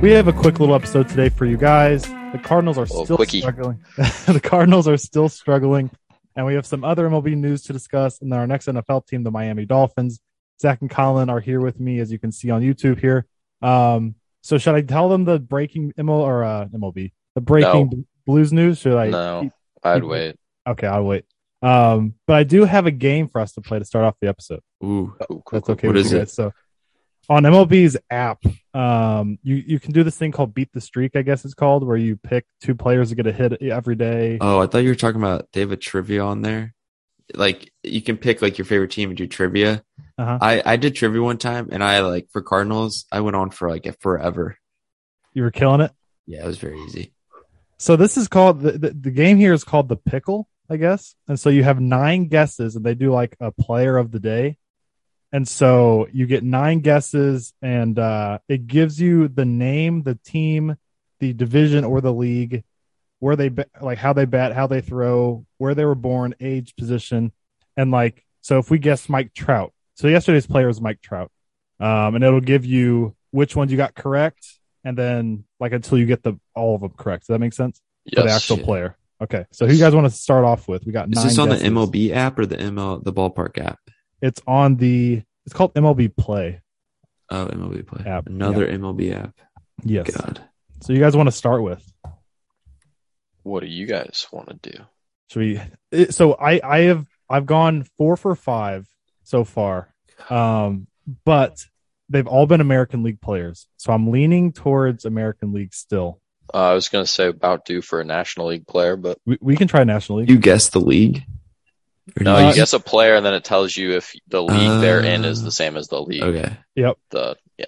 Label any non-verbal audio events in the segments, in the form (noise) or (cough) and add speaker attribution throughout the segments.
Speaker 1: We have a quick little episode today for you guys. The Cardinals are
Speaker 2: Little
Speaker 1: still
Speaker 2: quickie.
Speaker 1: struggling. (laughs) the Cardinals are still struggling, and we have some other MLB news to discuss. And then our next NFL team, the Miami Dolphins. Zach and Colin are here with me, as you can see on YouTube here. Um, so should I tell them the breaking ML or uh, MLB the breaking Blues news? Should I?
Speaker 2: No, I'd
Speaker 1: keep-
Speaker 2: wait.
Speaker 1: Okay, I'll wait. Um, but I do have a game for us to play to start off the episode.
Speaker 3: Ooh.
Speaker 2: Oh, cool,
Speaker 1: That's
Speaker 2: cool.
Speaker 1: okay
Speaker 3: What
Speaker 1: with
Speaker 3: is
Speaker 1: you
Speaker 3: it?
Speaker 1: guys. So on MLB's app, um, you you can do this thing called Beat the Streak, I guess it's called, where you pick two players to get a hit every day.
Speaker 3: Oh, I thought you were talking about they have a trivia on there. Like you can pick like your favorite team and do trivia.
Speaker 1: Uh-huh.
Speaker 3: I I did trivia one time and I like for Cardinals I went on for like forever.
Speaker 1: you were killing it.
Speaker 3: Yeah, it was very easy.
Speaker 1: So this is called the, the the game here is called the pickle, I guess. And so you have nine guesses, and they do like a player of the day. And so you get nine guesses, and uh, it gives you the name, the team, the division, or the league, where they ba- like how they bat, how they throw, where they were born, age, position, and like so. If we guess Mike Trout, so yesterday's player was Mike Trout, um, and it'll give you which ones you got correct, and then like until you get the all of them correct. Does that make sense for the
Speaker 2: Yes.
Speaker 1: actual player? Okay, so who you guys want to start off with? We got
Speaker 3: Is
Speaker 1: nine
Speaker 3: this on
Speaker 1: guesses.
Speaker 3: the MLB app or the ML the ballpark app?
Speaker 1: It's on the. It's called MLB Play.
Speaker 3: Oh, MLB play.
Speaker 1: App,
Speaker 3: Another MLB app.
Speaker 1: Yes.
Speaker 3: God.
Speaker 1: So you guys want to start with?
Speaker 2: What do you guys want to do?
Speaker 1: Should we? it- So I I have I've gone four for five so far, um, but they've all been American League players. So I'm leaning towards American League still.
Speaker 2: Uh, I was going to say about due for a National League player, but
Speaker 1: We, we can try National League.
Speaker 3: You guess the league? Or
Speaker 2: no,
Speaker 3: do
Speaker 2: you guess a player and then it tells you if the league they're in is
Speaker 3: Uh,
Speaker 2: the same as the league.
Speaker 3: Okay.
Speaker 2: The yeah,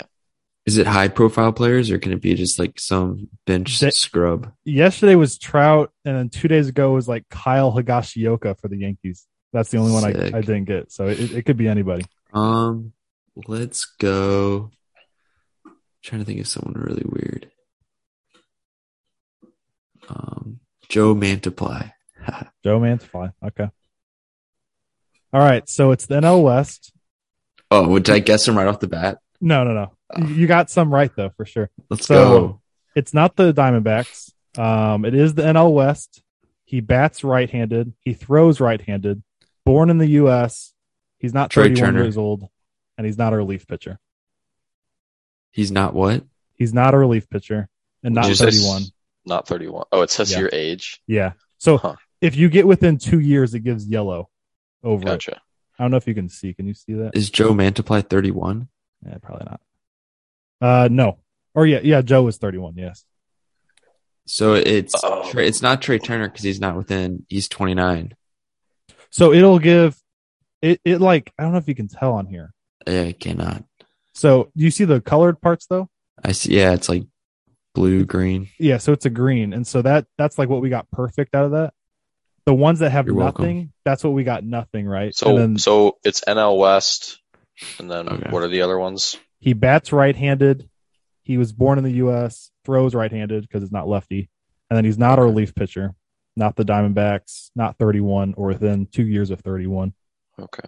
Speaker 3: Is it high profile players or can it be just like some bench
Speaker 1: They-
Speaker 3: scrub?
Speaker 1: Yesterday was Trout, and then two days ago was like Kyle Higashioka for the Yankees. That's the only one
Speaker 3: Sick.
Speaker 1: I, I didn't get. So it, it could be anybody.
Speaker 3: Um, let's go. trying to think of someone really weird. Um, Joe Mantiply.
Speaker 1: Joe Man's fine. Okay. All right. So it's the NL West.
Speaker 3: oh, would I guess him right off the bat?
Speaker 1: No, no, no. You- You got some right though, for sure.
Speaker 3: Let's
Speaker 1: So-
Speaker 3: go.
Speaker 1: It's not the Diamondbacks. Um, it is the NL West. He bats right-handed. He throws right-handed. Born in the U.S. He's not
Speaker 3: Trey
Speaker 1: 31
Speaker 3: Turner.
Speaker 1: years old, and he's not a relief pitcher.
Speaker 3: He's not what?
Speaker 1: He's not a relief pitcher, and not
Speaker 2: Did you say s-
Speaker 1: 31.
Speaker 2: not thirty-one. Oh, it says
Speaker 1: Yeah.
Speaker 2: your age.
Speaker 1: Yeah. So
Speaker 2: Huh.
Speaker 1: if you get within two years, it gives yellow over it.
Speaker 2: Gotcha.
Speaker 1: I don't know if you can see. Can you see that?
Speaker 3: Is Joe Mantiply 31?
Speaker 1: Yeah, probably not. Uh, no. Or yeah, yeah. Joe was 31. Yes.
Speaker 3: So it's
Speaker 2: Oh.
Speaker 3: Trey- it's not Trey Turner because he's not within. He's 29.
Speaker 1: So it'll give it. It like I don't know if you can tell on here.
Speaker 3: I cannot.
Speaker 1: So do you see the colored parts though?
Speaker 3: I see. Yeah, it's like blue, green.
Speaker 1: Yeah, so it's a green, and so that that's like what we got perfect out of that. The ones that have
Speaker 3: You're welcome.
Speaker 1: nothing, that's what we got nothing, right?
Speaker 2: So
Speaker 1: and then
Speaker 2: so it's NL West, and then
Speaker 3: Okay.
Speaker 2: what are the other ones?
Speaker 1: he bats right-handed. He was born in the U.S., throws right-handed because it's not lefty, and then he's not a relief pitcher, not the Diamondbacks, not 31 or within two years of 31.
Speaker 2: Okay.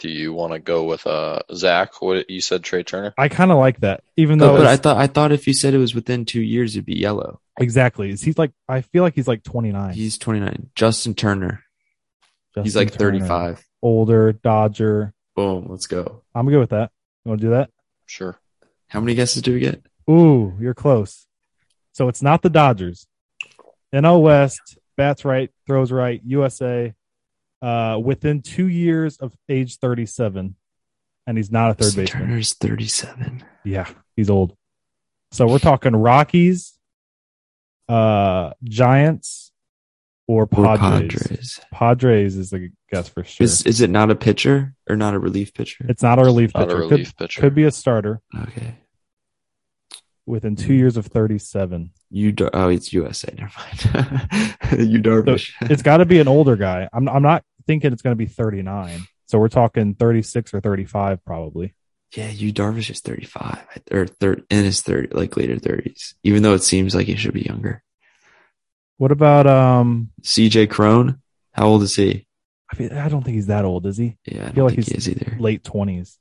Speaker 2: Do you want to go with uh Zach? What you said, Trey Turner?
Speaker 1: I kind of like that, even
Speaker 3: No,
Speaker 1: though
Speaker 3: but I
Speaker 1: it's-
Speaker 3: thought I thought if you said it was within two years, it'd be yellow.
Speaker 1: exactly is he's like I feel like he's like 29.
Speaker 3: He's 29. Justin Turner. he's
Speaker 1: Justin
Speaker 3: like
Speaker 1: Turner,
Speaker 3: 35.
Speaker 1: older Dodger.
Speaker 3: Boom. Let's go.
Speaker 1: I'm good with that. You want to do that?
Speaker 2: Sure.
Speaker 3: How many guesses do we get?
Speaker 1: Ooh, you're close. So it's not the Dodgers. NL West bats right, throws right. USA uh, within two years of age 37, and he's not a third baseman.
Speaker 3: Turner's 37.
Speaker 1: Yeah, he's old. So we're talking Rockies, uh, Giants, or
Speaker 3: Or
Speaker 1: Padres. Padres.
Speaker 3: Padres.
Speaker 1: is the guess for sure.
Speaker 3: Is, is it not a pitcher or not a relief pitcher?
Speaker 1: it's not a relief
Speaker 2: Not
Speaker 1: pitcher.
Speaker 2: a
Speaker 1: Could-
Speaker 2: relief pitcher.
Speaker 1: could be a starter
Speaker 3: okay.
Speaker 1: within two years of 37.
Speaker 3: You do- oh, it's USA. Never mind. (laughs) you Darvish.
Speaker 1: it's got to be an older guy. I'm I'm not thinking it's going to be 39. So we're talking 36 or 35 probably.
Speaker 3: yeah, you Darvish is 35 or thir- in his 30, like later 30s, even though it seems like he should be younger.
Speaker 1: What about um?
Speaker 3: CJ Crone. How old is he?
Speaker 1: I mean, I don't think he's that old, is he?
Speaker 3: Yeah,
Speaker 1: feel
Speaker 3: I, don't
Speaker 1: like
Speaker 3: think he
Speaker 1: he's
Speaker 3: is either.
Speaker 1: Late Um, 20s.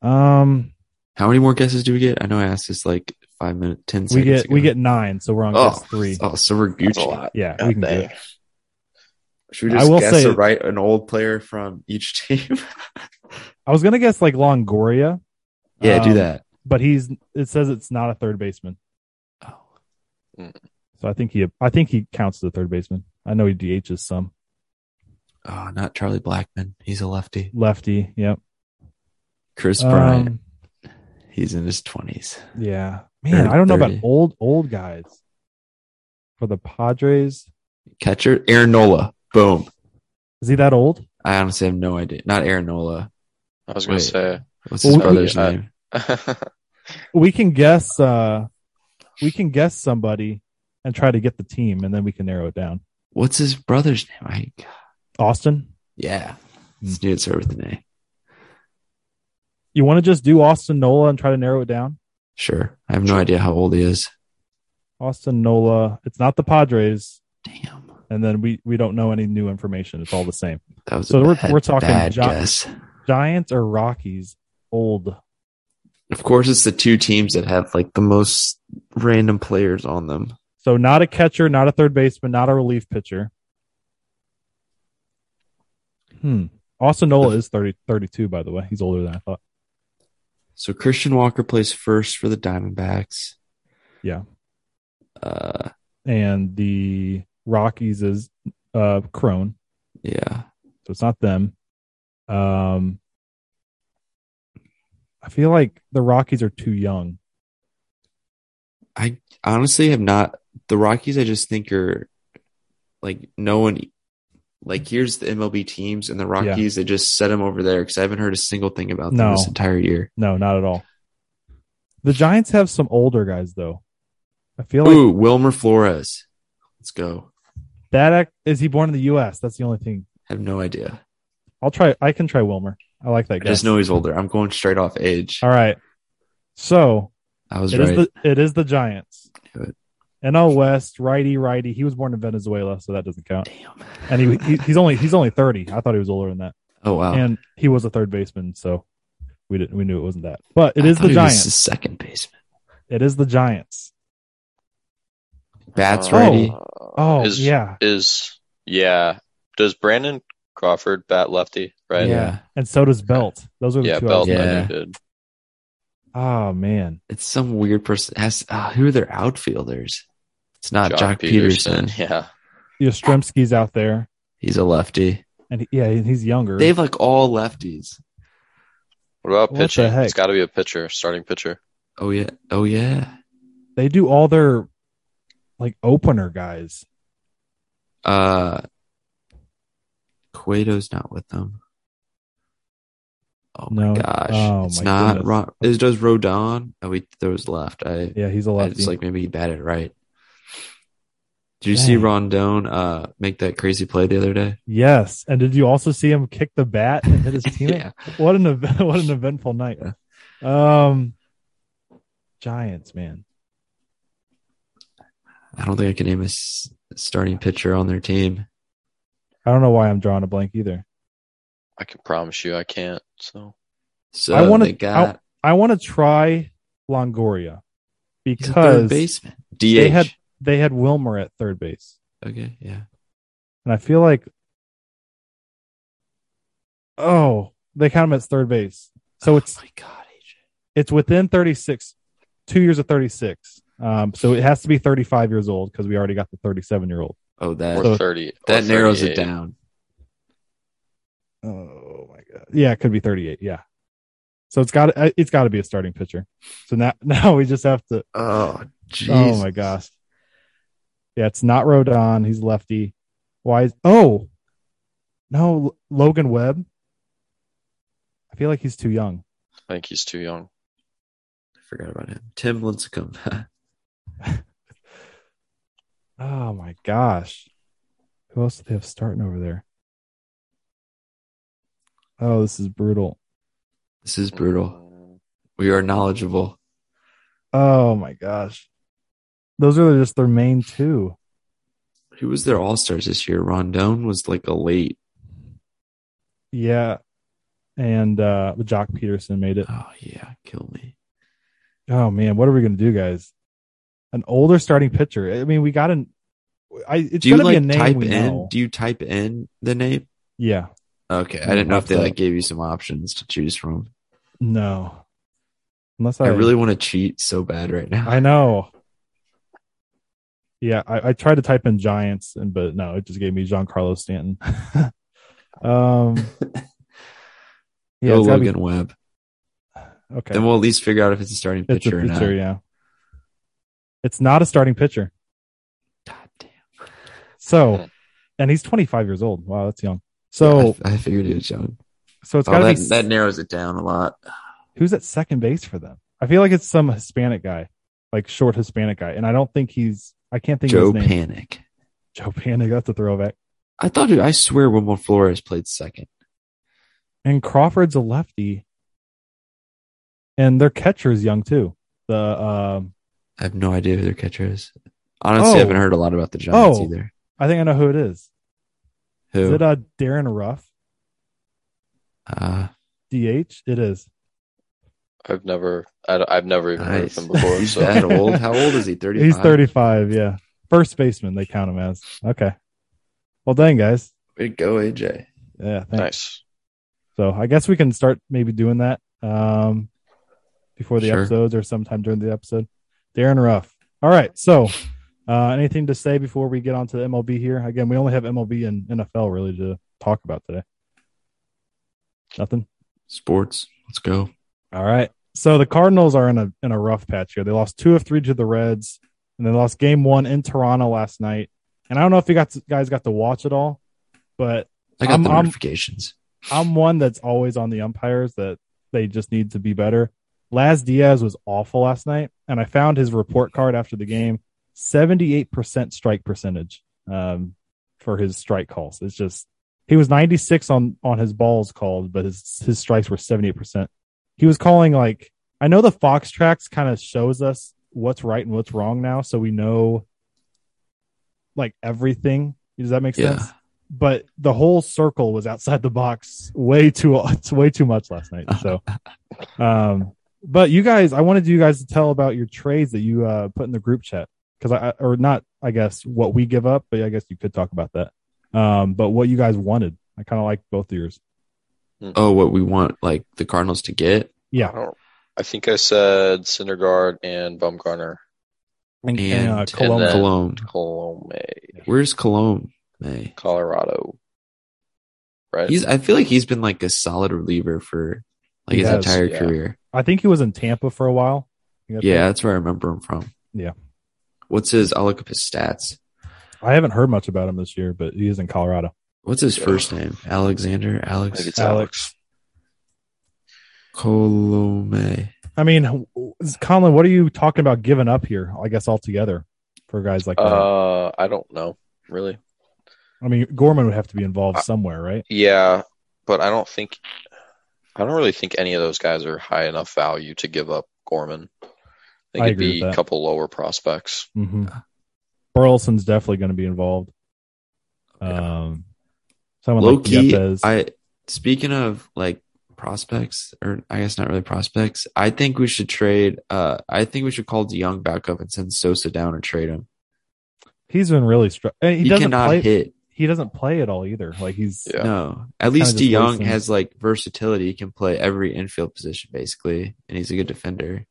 Speaker 1: Um,
Speaker 3: How many more guesses do we get? I know I asked this like five minutes, ten
Speaker 1: we
Speaker 3: seconds.
Speaker 1: get we
Speaker 3: ago.
Speaker 1: get nine, so we're on
Speaker 3: oh,
Speaker 1: guess three.
Speaker 3: Oh, so we're
Speaker 2: That's a
Speaker 3: Gucci.
Speaker 2: lot.
Speaker 1: Yeah,
Speaker 2: God
Speaker 1: we can do
Speaker 2: dang.
Speaker 1: it.
Speaker 3: Should we
Speaker 1: I
Speaker 3: just
Speaker 1: will
Speaker 3: guess
Speaker 1: say-
Speaker 3: a right an old player from each (laughs) team?
Speaker 1: I was gonna guess like Longoria.
Speaker 3: yeah, do
Speaker 1: um,
Speaker 3: that.
Speaker 1: But he's it says it's not a third baseman,
Speaker 3: Oh,
Speaker 1: so I think he I think he counts as a third baseman. I know he DHs some
Speaker 3: oh, not Charlie Blackman. He's a lefty.
Speaker 1: lefty. Yep.
Speaker 3: Chris
Speaker 1: Um,
Speaker 3: Bryant. He's in his twenties.
Speaker 1: Yeah, man,
Speaker 3: Third-
Speaker 1: I don't know about
Speaker 3: 30.
Speaker 1: old old guys for the Padres.
Speaker 3: Catcher Aaron Nola. Boom.
Speaker 1: Is he that old?
Speaker 3: I honestly have no idea. Not Aaron Nola.
Speaker 2: I was gonna
Speaker 3: Wait.
Speaker 2: say.
Speaker 3: What's his
Speaker 1: Well, we-
Speaker 3: brother's
Speaker 2: uh,
Speaker 3: name?
Speaker 2: (laughs)
Speaker 1: We can guess. uh We can guess somebody and try to get the team, and then we can narrow it down.
Speaker 3: What's his brother's name? I,
Speaker 1: Austin,
Speaker 3: yeah, this dude start with an A.
Speaker 1: you want to just do Austin Nola and try to narrow it down?
Speaker 3: Sure. I have no idea how old he is.
Speaker 1: Austin Nola. It's not the Padres,
Speaker 3: Damn,
Speaker 1: and then we we don't know any new information. It's all the same.
Speaker 3: that was
Speaker 1: So
Speaker 3: a
Speaker 1: we're-
Speaker 3: bad,
Speaker 1: we're talking
Speaker 3: bad
Speaker 1: Jo-
Speaker 3: guess.
Speaker 1: Giants or Rockies? Old.
Speaker 3: Of course, it's the two teams that have like the most random players on them.
Speaker 1: So not a catcher, not a third baseman, not a relief pitcher. Hmm. Austin Nola is 30, 32, by the way. He's older than I thought.
Speaker 3: So Christian Walker plays first for the Diamondbacks.
Speaker 1: Yeah.
Speaker 3: Uh,
Speaker 1: And the Rockies is uh Crone,
Speaker 3: yeah.
Speaker 1: so it's not them. Um I feel like the Rockies are too young.
Speaker 3: I honestly have not. The Rockies, I just think are like no one. Like here's the MLB teams and the Rockies. They just set them over there because I haven't heard a single thing about them
Speaker 1: No.
Speaker 3: this entire year.
Speaker 1: No, not at all. The Giants have some older guys though. I feel like
Speaker 3: Ooh, Wilmer Flores. Let's go.
Speaker 1: that act, is he born in the U.S. That's the only thing.
Speaker 3: have no idea.
Speaker 1: I'll try. I can try Wilmer. I like that
Speaker 3: I
Speaker 1: guy.
Speaker 3: just know he's older. I'm going straight off age.
Speaker 1: All right. So
Speaker 3: I was
Speaker 1: it is
Speaker 3: right.
Speaker 1: the it is the Giants.
Speaker 3: Good.
Speaker 1: NL West, righty, righty. He was born in Venezuela, so that doesn't count.
Speaker 3: Damn.
Speaker 1: And he, he he's only he's only thirty. I thought he was older than that.
Speaker 3: (laughs) oh wow.
Speaker 1: And he was a third baseman, so we didn't we knew it wasn't that. But it
Speaker 3: I
Speaker 1: is
Speaker 3: thought
Speaker 1: the
Speaker 3: he was
Speaker 1: Giants.
Speaker 3: the second baseman.
Speaker 1: It is the Giants.
Speaker 3: Bats
Speaker 2: Uh,
Speaker 3: righty.
Speaker 1: Oh
Speaker 2: is,
Speaker 1: yeah,
Speaker 2: Is yeah. Does Brandon Crawford bat lefty? Right.
Speaker 1: Yeah. and so does Belt. Those are the
Speaker 2: Yeah.
Speaker 1: two.
Speaker 2: Belt.
Speaker 1: I was
Speaker 2: I
Speaker 3: Yeah.
Speaker 2: knew did.
Speaker 1: Oh man,
Speaker 3: It's some weird person. Has uh, who are their outfielders? It's not Uh, Jock,
Speaker 2: Jock
Speaker 3: Peterson.
Speaker 2: (laughs) Yeah.
Speaker 1: Yastrzemski's out there,
Speaker 3: He's a lefty.
Speaker 1: and he, yeah, he's younger.
Speaker 3: They have like all lefties.
Speaker 2: What about
Speaker 1: What the
Speaker 2: pitching?
Speaker 1: heck?
Speaker 2: It's got to be a pitcher, starting pitcher.
Speaker 3: Oh yeah. Oh yeah.
Speaker 1: they do all their like opener guys.
Speaker 3: Uh Cueto's not with them. Oh my
Speaker 1: No.
Speaker 3: gosh.
Speaker 1: Oh,
Speaker 3: it's
Speaker 1: my
Speaker 3: not
Speaker 1: goodness.
Speaker 3: Ron is does Rodon. Oh we there was left. I
Speaker 1: Yeah, he's a lefty.
Speaker 3: It's like maybe he batted right. Did you see
Speaker 1: Dang.
Speaker 3: Rondon uh, make that crazy play the other day?
Speaker 1: Yes, and did you also see him kick the bat and
Speaker 3: (laughs)
Speaker 1: hit his teammate? What an ev- (laughs) what an eventful night. Um, Giants, man.
Speaker 3: I don't think I can name a s- starting pitcher on their team.
Speaker 1: I don't know why I'm drawing a blank either.
Speaker 2: I can promise you, I can't. So
Speaker 3: So
Speaker 1: I
Speaker 3: I
Speaker 1: wanna-
Speaker 3: they got
Speaker 1: I want to try Longoria
Speaker 3: he's a third
Speaker 1: because
Speaker 3: baseman. DH.
Speaker 1: they had- they had Wilmer at third base,
Speaker 3: okay, yeah.
Speaker 1: and I feel like oh they count him as third base, so
Speaker 3: Oh
Speaker 1: it's
Speaker 3: my god, AJ.
Speaker 1: it's within 36, two years of 36. Um, so it has to be 35 years old because we already got the 37 year old.
Speaker 3: Oh
Speaker 2: or
Speaker 3: that
Speaker 1: So-
Speaker 2: thirty. or
Speaker 3: that narrows it
Speaker 2: 38.
Speaker 3: down.
Speaker 1: Oh my god. Yeah, it could be 38. Yeah. So it's got to it's got to be a starting pitcher. So now (laughs) now we just have to.
Speaker 3: Oh jeez.
Speaker 1: Oh my gosh. Yeah, it's not Rodon. He's lefty. Why is oh no L- Logan Webb? I feel like he's too young.
Speaker 2: I think he's too young.
Speaker 3: I forgot about him. Tim Lincecum. (laughs)
Speaker 1: Oh my gosh. Who else do they have starting over there? Oh, this is brutal.
Speaker 3: this is brutal.
Speaker 2: Mm,
Speaker 3: We are knowledgeable.
Speaker 1: Oh my gosh. Those are just their main two.
Speaker 3: Who was their all stars this year? Rondon was like a late.
Speaker 1: Yeah. And uh Jock Peterson made it.
Speaker 3: Oh yeah, kill me.
Speaker 1: oh man, what are we gonna do, guys? An older starting pitcher. I mean, we got an. I it's
Speaker 3: do you
Speaker 1: gonna be a
Speaker 3: like
Speaker 1: name
Speaker 3: type
Speaker 1: we
Speaker 3: in?
Speaker 1: know.
Speaker 3: Do you type in the name?
Speaker 1: yeah,
Speaker 3: Okay, I
Speaker 1: No,
Speaker 3: didn't know if
Speaker 1: that's
Speaker 3: they
Speaker 1: it.
Speaker 3: like gave you some options to choose from.
Speaker 1: no. Unless I,
Speaker 3: I really want to cheat so bad right now.
Speaker 1: I know. Yeah, I, I tried to type in Giants, and but no, it just gave me Giancarlo Stanton. (laughs)
Speaker 3: (laughs)
Speaker 1: um, yeah,
Speaker 3: Go
Speaker 1: it's gotta be-
Speaker 3: Logan Webb.
Speaker 1: okay.
Speaker 3: Then we'll at least figure out if it's a starting
Speaker 1: It's a
Speaker 3: pitcher or not.
Speaker 1: pitcher, yeah. It's not a starting pitcher.
Speaker 3: God damn. (laughs)
Speaker 1: So, and he's 25 years old. Wow, that's young. So,
Speaker 3: I, I figured it was young.
Speaker 1: so it's
Speaker 3: Oh,
Speaker 1: got to
Speaker 3: that,
Speaker 1: be s-
Speaker 3: that narrows it down a lot.
Speaker 1: who's at second base for them. I feel like it's some Hispanic guy, like short Hispanic guy, and I don't think he's. I can't think
Speaker 3: Joe
Speaker 1: of his name.
Speaker 3: Panic.
Speaker 1: Joe (laughs) Panic. That's a throwback.
Speaker 3: I thought, I swear, Wilmer Flores played second.
Speaker 1: And Crawford's a lefty, and their catcher is young too. The um,
Speaker 3: I have no idea who their catcher is. Honestly, I
Speaker 1: Oh.
Speaker 3: haven't heard a lot about the Giants
Speaker 1: Oh.
Speaker 3: either.
Speaker 1: I think I know who it is. Is
Speaker 3: Who?
Speaker 1: it uh, Darren Ruff,
Speaker 3: uh,
Speaker 1: DH? It is.
Speaker 2: I've never, I, have never even heard of
Speaker 3: nice.
Speaker 2: him
Speaker 3: (laughs)
Speaker 2: before.
Speaker 3: He's
Speaker 2: so
Speaker 3: that old. How old is he? Thirty.
Speaker 1: (laughs) He's 35, yeah. First baseman, they count him as. Okay. Well, dang, guys.
Speaker 3: Go AJ.
Speaker 1: Yeah, thanks.
Speaker 2: nice.
Speaker 1: So I guess we can start maybe doing that um, before the
Speaker 3: Sure.
Speaker 1: episodes or sometime during the episode. Darren Ruff. All right. So uh, anything to say before we get on to the MLB here? Again, we only have MLB and NFL really to talk about today. Nothing.
Speaker 3: Sports. Let's go.
Speaker 1: All right. So the Cardinals are in a in a rough patch here. They lost two of three to the Reds, and they lost game one in Toronto last night. And I don't know if you got guys got to watch it all, but
Speaker 3: I got
Speaker 1: I'm-
Speaker 3: the
Speaker 1: I'm-
Speaker 3: notifications.
Speaker 1: I'm one that's always on the umpires that they just need to be better. Laz Diaz was awful last night, and I found his report card after the game: seventy-eight percent strike percentage um, for his strike calls. It's just he was ninety-six on on his balls called, but his his strikes were seventy-eight percent. He was calling like I know the Fox tracks kind of shows us what's right and what's wrong now, so we know like everything. Does that make
Speaker 3: Yeah.
Speaker 1: sense? but the whole circle was outside the box way too (laughs) it's way too much last night so um but you guys i wanted you guys to tell about your trades that you uh put in the group chat because i I- or not i guess what we give up but i guess you could talk about that um but what you guys wanted i kind of like both of yours
Speaker 3: Oh, what we want like the Cardinals to get
Speaker 1: yeah
Speaker 2: I, don't, I think I said Syndergaard and Bumgarner.
Speaker 1: and,
Speaker 3: and-
Speaker 1: uh,
Speaker 3: and
Speaker 1: Colon-
Speaker 2: then-
Speaker 3: Cologne.
Speaker 2: Colome,
Speaker 3: Where's Cologne? May.
Speaker 2: Colorado. Right?
Speaker 3: He's. I feel like he's been like a solid reliever for like
Speaker 1: He
Speaker 3: his
Speaker 1: has,
Speaker 3: entire
Speaker 2: yeah.
Speaker 3: career.
Speaker 1: i think he was in tampa for a while I think that's
Speaker 3: yeah,
Speaker 1: right.
Speaker 3: that's where I remember him from.
Speaker 1: Yeah.
Speaker 3: What's his? I'll look up his stats.
Speaker 1: i haven't heard much about him this year but he is in colorado
Speaker 3: What's his
Speaker 2: Yeah.
Speaker 3: first name? Alexander
Speaker 2: I think
Speaker 3: Alex
Speaker 2: it's Alex.
Speaker 3: Colome.
Speaker 1: i mean colin what are you talking about giving up here i guess altogether for guys like that Uh-huh.
Speaker 2: Uh, I don't know, really.
Speaker 1: I mean, Gorman would have to be involved somewhere, right?
Speaker 2: Yeah, but I don't think, I don't really think any of those guys are high enough value to give up Gorman. I think
Speaker 1: I
Speaker 2: it'd
Speaker 1: agree
Speaker 2: be
Speaker 1: with
Speaker 2: a
Speaker 1: that.
Speaker 2: couple lower prospects.
Speaker 1: Mm-hmm. Burleson's definitely going to be involved.
Speaker 3: Yeah.
Speaker 1: Um, someone like
Speaker 3: Loki.
Speaker 1: Yepes.
Speaker 3: I speaking of like prospects, or I guess not really prospects. I think we should trade. Uh, I think we should call DeYoung back up and send Sosa down and trade him.
Speaker 1: he's been really str- and he,
Speaker 3: He,
Speaker 1: doesn't
Speaker 3: cannot
Speaker 1: play.
Speaker 3: hit.
Speaker 1: He doesn't play at all either. Like he's
Speaker 2: Yeah.
Speaker 3: No, at least
Speaker 1: just
Speaker 3: DeYoung
Speaker 1: wasting-
Speaker 3: has like versatility. He can play every infield position basically, and he's a good defender.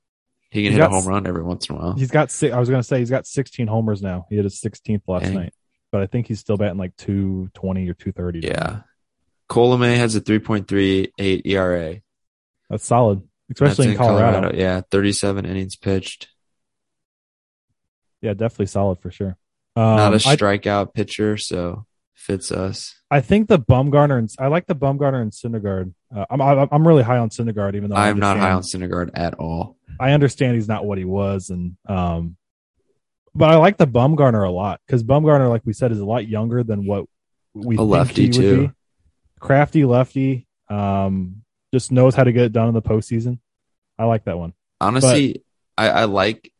Speaker 3: He can
Speaker 1: He
Speaker 3: hit
Speaker 1: got
Speaker 3: a
Speaker 1: s-
Speaker 3: home run every once in a while.
Speaker 1: he's got. si I was going to say he's got 16 homers now. He hit his 16th last
Speaker 3: Dang.
Speaker 1: night, but I think he's still batting like 220 or 230. now.
Speaker 3: Yeah, Colome has a 3.38 ERA,
Speaker 1: that's solid, especially
Speaker 3: E That's
Speaker 1: in Colorado.
Speaker 3: Yeah, 37 innings pitched.
Speaker 1: Yeah, definitely solid for sure.
Speaker 3: Not
Speaker 1: Um,
Speaker 3: a
Speaker 1: I-
Speaker 3: strikeout pitcher, so fits us.
Speaker 1: I think the Bumgarner and I like the Bumgarner and Syndergaard. Uh, I'm I'm I'm really high on Syndergaard, even though I
Speaker 3: I'm not high
Speaker 1: understand-
Speaker 3: on Syndergaard at all.
Speaker 1: I understand he's not what he was, and um, but I like the Bumgarner a lot because Bumgarner, like we said, is a lot younger than what we
Speaker 3: A
Speaker 1: think
Speaker 3: lefty,
Speaker 1: he would
Speaker 3: too.
Speaker 1: be. Crafty lefty, um, just knows how to get it done in the postseason. I like that one.
Speaker 3: Honestly, I, I like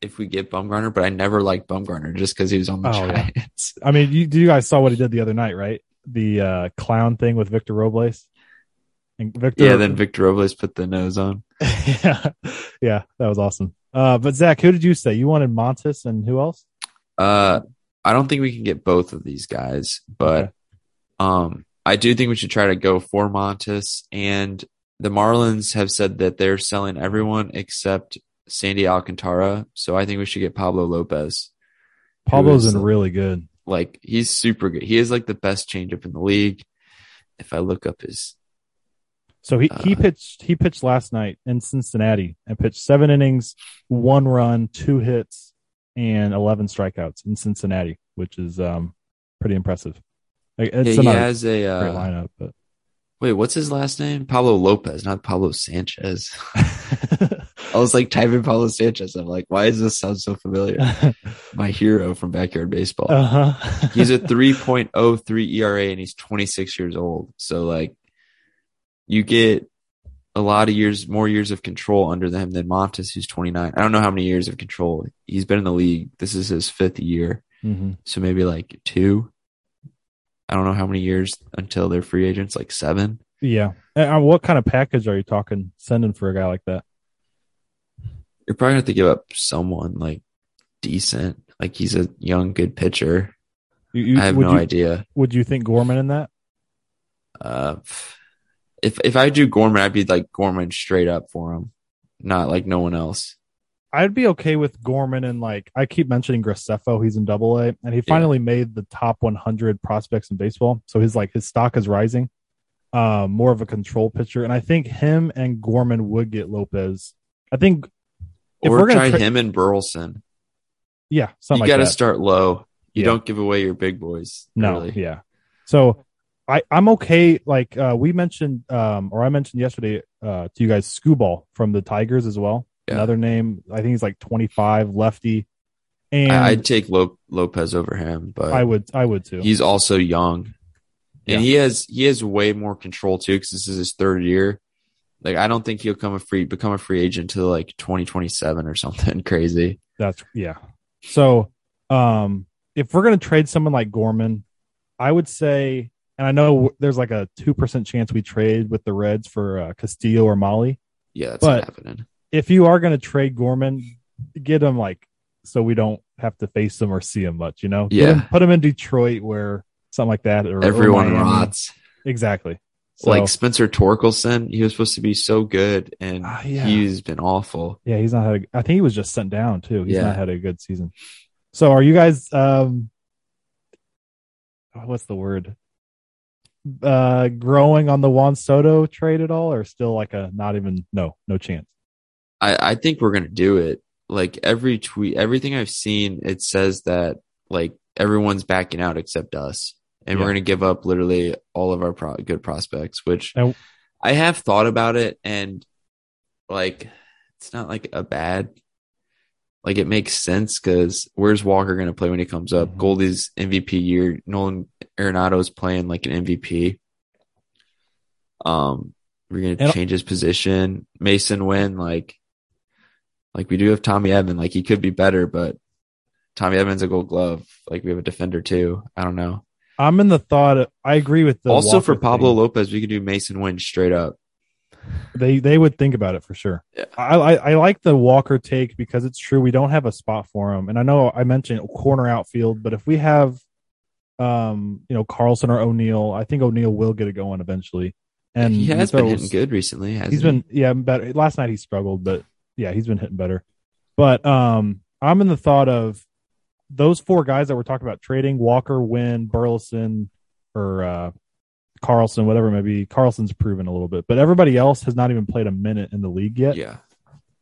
Speaker 3: if we get Bumgarner, but I never liked Bumgarner just because he was on the
Speaker 1: Oh, yeah.
Speaker 3: Giants.
Speaker 1: I mean, you you guys saw what he did the other night, right? The uh, clown thing with Victor Robles. And Victor,
Speaker 3: (laughs) Yeah. then Victor Robles put the nose on.
Speaker 1: (laughs) yeah, yeah, that was awesome. Uh, but Zach, who did you say you wanted? Montes and who else?
Speaker 3: Uh, I don't think we can get both of these guys, but
Speaker 1: Okay.
Speaker 3: um, I do think we should try to go for Montes. And the Marlins have said that they're selling everyone except Sandy Alcantara. So I think we should get Pablo Lopez. who
Speaker 1: Pablo's
Speaker 3: is,
Speaker 1: been really good.
Speaker 3: like he's super good. He is like the best changeup in the league. If I look up his
Speaker 1: So he, he
Speaker 3: Uh,
Speaker 1: pitched he pitched last night in Cincinnati and pitched seven innings, one run, two hits, and eleven strikeouts in Cincinnati, which is um pretty impressive. Like,
Speaker 3: yeah,
Speaker 1: It's
Speaker 3: he
Speaker 1: another
Speaker 3: has a
Speaker 1: great
Speaker 3: uh,
Speaker 1: lineup,
Speaker 3: (laughs)
Speaker 1: but (laughs)
Speaker 3: wait, what's his last name? Pablo Lopez, not Pablo Sanchez. I was like typing Pablo Sanchez. I'm like, why does this sound
Speaker 1: (laughs)
Speaker 3: so familiar? My hero from backyard baseball.
Speaker 1: uh-huh.
Speaker 3: he's
Speaker 1: (laughs)
Speaker 3: a 3.03 ERA E and he's 26 years old. So like you get a lot of years more years of control under him than Montes who's 29. I don't know how many years of control. He's been in the league. This is his 5th year.
Speaker 1: Mhm.
Speaker 3: So maybe like 2. I don't know how many years until they're free agents like 7.
Speaker 1: yeah. And, uh, what kind of package are you talking sending for a guy like that?
Speaker 3: You're probably going to have to give up someone like decent. Like he's a young good pitcher.
Speaker 1: You, you,
Speaker 3: I have
Speaker 1: would
Speaker 3: no
Speaker 1: you,
Speaker 3: idea.
Speaker 1: Would you think Gorman in that?
Speaker 3: Uh, if if I do Gorman, I'd be like Gorman straight up for him, not like no one else.
Speaker 1: I'd be okay with Gorman and like I keep mentioning Grisefo, he's in double A, and he finally made the top 100 prospects in baseball. So his like his stock is rising. Uh, more of a control pitcher, and I think him and Gorman would get Lopez. I think If
Speaker 3: or
Speaker 1: we're gonna
Speaker 3: try
Speaker 1: tra-
Speaker 3: him and Burleson.
Speaker 1: yeah,
Speaker 3: You
Speaker 1: something like
Speaker 3: got to
Speaker 1: that.
Speaker 3: start low. You
Speaker 1: Yeah.
Speaker 3: don't give away your big boys.
Speaker 1: No,
Speaker 3: really.
Speaker 1: yeah. So I I'm okay. Like uh, we mentioned, um, or I mentioned yesterday uh, to you guys, Scooball from the Tigers as well.
Speaker 3: Yeah.
Speaker 1: Another name. I think he's like 25, lefty, and
Speaker 3: I,
Speaker 1: I,
Speaker 3: I'd take Lo- Lopez over him, but
Speaker 1: would I would too.
Speaker 3: he's also young,
Speaker 1: Yeah.
Speaker 3: and he has he has way more control too because this is his third year. Like I don't think he'll come a free become a free agent till like twenty twenty seven or something (laughs) crazy.
Speaker 1: That's yeah. So, um, if we're gonna trade someone like Gorman, I would say, and I know w- there's like a two percent chance we trade with the Reds for uh, Castillo or Molly.
Speaker 3: Yeah, that's
Speaker 1: But-
Speaker 3: not happening.
Speaker 1: If you are gonna trade Gorman, get him like so we don't have to face him or see him much. You know, Get
Speaker 3: Yeah.
Speaker 1: him- put him in Detroit where something like that. Or or
Speaker 3: Everyone
Speaker 1: Miami.
Speaker 3: rots.
Speaker 1: exactly. So,
Speaker 3: like Spencer Torkelson, he was supposed to be so good, and
Speaker 1: Ah, yeah.
Speaker 3: he's been awful.
Speaker 1: Yeah, he's not had. A, I think he was just sent down too. He's
Speaker 3: Yeah.
Speaker 1: not had a good season. So are you guys? um oh, What's the word? Uh Growing on the Juan Soto trade at all, or still like a not even no no chance?
Speaker 3: I, I think we're gonna do it. Like every tweet, everything I've seen, it says that like everyone's backing out except us, and
Speaker 1: Yeah.
Speaker 3: we're gonna give up literally all of our pro- good prospects. Which
Speaker 1: Now-
Speaker 3: I have thought about it, and like it's not like a bad. Like it makes sense because where's Walker gonna play when he comes up?
Speaker 1: Mhm.
Speaker 3: Goldie's MVP year. Nolan Arenado's playing like an MVP. Um, we're gonna
Speaker 1: And-
Speaker 3: change his position. Mason Wynn, like, like we do have Tommy Evan. Like he could be better, but Tommy Evans a Gold Glove. Like we have a defender too. I don't know.
Speaker 1: I'm in the thought. Of, I agree with the
Speaker 3: also for
Speaker 1: Walker
Speaker 3: Pablo
Speaker 1: thing.
Speaker 3: Lopez, we could do Mason Wynn straight up.
Speaker 1: They they would think about it for sure.
Speaker 3: Yeah.
Speaker 1: I, I I like the Walker take because it's true. We don't have a spot for him, and I know I mentioned corner outfield, but if we have, um, you know, Carlson or O'Neill, I think O'Neill will get it going eventually. And
Speaker 3: he has
Speaker 1: throws-
Speaker 3: been hitting good recently. Hasn't
Speaker 1: He's been yeah better. Last night he struggled, but yeah, he's been hitting better. But um, I'm in the thought of those four guys that we're talking about trading: Walker, Wynn, Burleson, or uh, Carlson, whatever it may be. Carlson's proven a little bit, but everybody else has not even played a minute in the league yet.
Speaker 3: Yeah.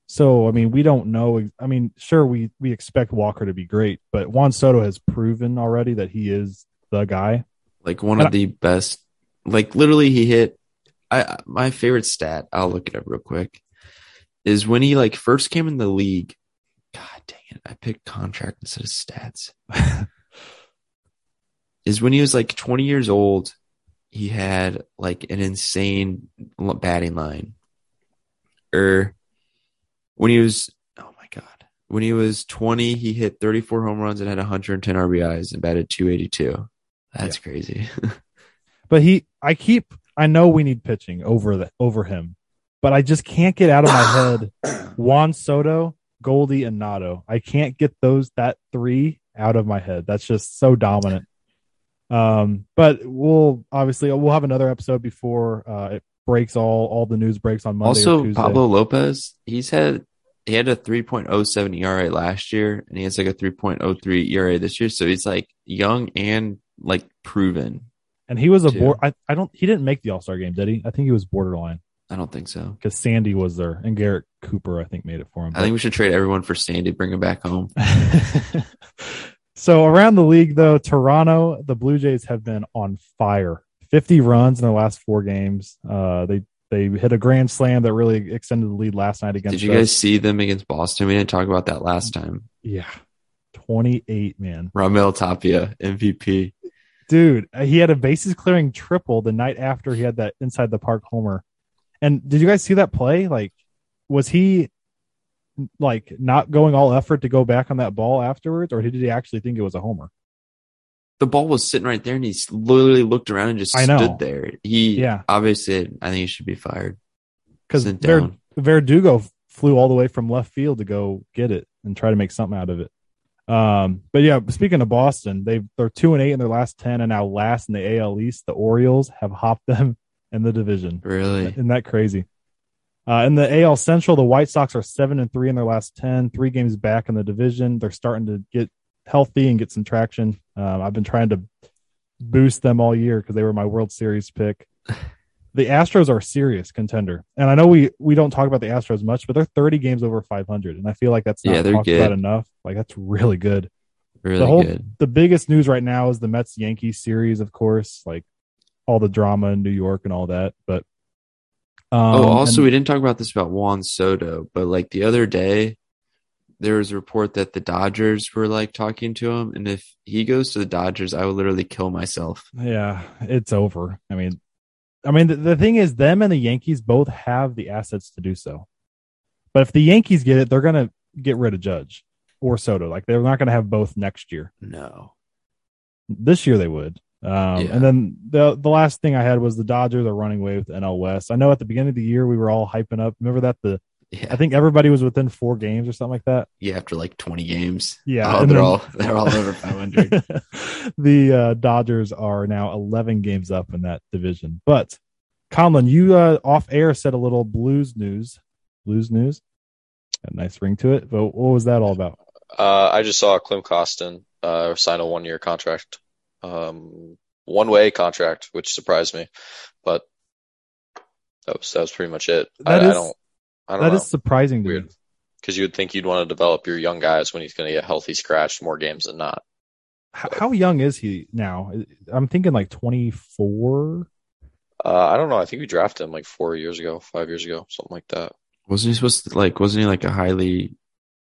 Speaker 1: So I mean, we don't know. ex- I mean, sure, we we expect Walker to be great, but Juan Soto has proven already that he is the guy.
Speaker 3: like one
Speaker 1: And
Speaker 3: of the best. Like literally, he hit. I my favorite stat. I'll look it up real quick. Is when he like first came in the league. God dang it! I picked contract instead of stats. (laughs) is when he was like 20 years old. He had like an insane l- batting line. Or when he was oh my god. When he was 20, he hit 34 home runs and had 110 RBIs and batted 282. That's crazy.
Speaker 1: But he, I keep, I know we need pitching over the over him, but I just can't get out of my head Juan Soto, Goldie, and Nato. I can't get those that three out of my head. That's just so dominant. Um, but we'll obviously we'll have another episode before uh, it breaks all all the news breaks on Monday. or
Speaker 3: also,
Speaker 1: Tuesday.
Speaker 3: Pablo Lopez, he's had he had a 3.07 ERA E last year, and he has like a 3.03 ERA E this year. So he's like young and like proven.
Speaker 1: and he was a
Speaker 3: too.
Speaker 1: board. I, I don't. He didn't make the All Star game, did he? I think he was borderline
Speaker 3: I don't think so.
Speaker 1: because Sandy was there and Garrett Cooper. I think made it for him.
Speaker 3: I think we should trade everyone for Sandy, bring him back home.
Speaker 1: (laughs) so around the league though toronto the blue jays have been on fire 50 runs in the last four games uh they they hit a grand slam that really extended the lead last night against
Speaker 3: Did you
Speaker 1: us.
Speaker 3: guys see them against Boston? We didn't talk about that last time.
Speaker 1: yeah 28 man
Speaker 3: Ramel Tapia, MVP.
Speaker 1: dude uh, he had a bases clearing triple the night after he had that inside the park homer and did you guys see that play like was he like not going all effort to go back on that ball afterwards or did he actually think it was a homer
Speaker 3: The ball was sitting right there, and he s- literally looked around and just
Speaker 1: I know.
Speaker 3: stood there. He
Speaker 1: Yeah.
Speaker 3: obviously, I think he should be fired.
Speaker 1: because
Speaker 3: Sent
Speaker 1: they're
Speaker 3: down.
Speaker 1: Verdugo flew all the way from left field to go get it and try to make something out of it. Um, but yeah, speaking of Boston, they they're two and eight in their last ten, and now last in the AL East. The Orioles have hopped them (laughs) in the division.
Speaker 3: Really?
Speaker 1: Isn't that crazy? Uh, in the AL Central, the White Sox are seven and three in their last ten, three games back in the division. They're starting to get healthy and get some traction. Um, I've been trying to boost them all year because they were my World Series
Speaker 3: (laughs)
Speaker 1: pick. The Astros are a serious contender, and I know we we don't talk about the Astros much, but they're 30 games over 500, and I feel like that's not
Speaker 3: Yeah, they're
Speaker 1: talked about
Speaker 3: good.
Speaker 1: enough. Like that's really good.
Speaker 3: Really
Speaker 1: the whole
Speaker 3: good.
Speaker 1: the biggest news right now is the Mets Yankees series, of course, like all the drama in New York and all that. But um,
Speaker 3: oh, also,
Speaker 1: and-
Speaker 3: we didn't talk about this about Juan Soto, but like the other day, there was a report that the Dodgers were like talking to him, and if he goes to the Dodgers, I would literally kill myself.
Speaker 1: Yeah, it's over. I mean, I mean, the, the thing is, them and the Yankees both have the assets to do so. But if the Yankees get it, they're gonna get rid of Judge or Soto. Like they're not gonna have both next year.
Speaker 3: No.
Speaker 1: This year they would. Um,
Speaker 3: Yeah.
Speaker 1: And then the the last thing I had was the Dodgers are running away with the NL West. I know at the beginning of the year we were all hyping up. Remember that the
Speaker 3: Yeah.
Speaker 1: I think everybody was within four games or something like that.
Speaker 3: yeah, after like 20 games.
Speaker 1: Yeah,
Speaker 3: Oh,
Speaker 1: and
Speaker 3: they're
Speaker 1: then-
Speaker 3: all they're all
Speaker 1: (laughs)
Speaker 3: over (laughs) 500.
Speaker 1: the uh, Dodgers are now 11 games up in that division. But Conlon, you uh, off air said a little blues news. Blues news. Got a nice ring to it. But what was that all about?
Speaker 2: Uh, I just saw Clem Costin uh, sign a one-year contract, um, one-way contract, which surprised me. But that was that was pretty much it. I,
Speaker 1: That
Speaker 2: I
Speaker 1: is-
Speaker 2: don't, I
Speaker 1: That is
Speaker 2: don't know,
Speaker 1: surprising to
Speaker 2: Weird.
Speaker 1: me.
Speaker 2: because you would think you'd want to develop your young guys when he's going to get healthy, scratched more games than not.
Speaker 1: How, how young is he now? I'm thinking like 24.
Speaker 2: Uh, I don't know. I think we drafted him like four years ago, five years ago, something like that.
Speaker 3: wasn't he supposed to like wasn't he like a highly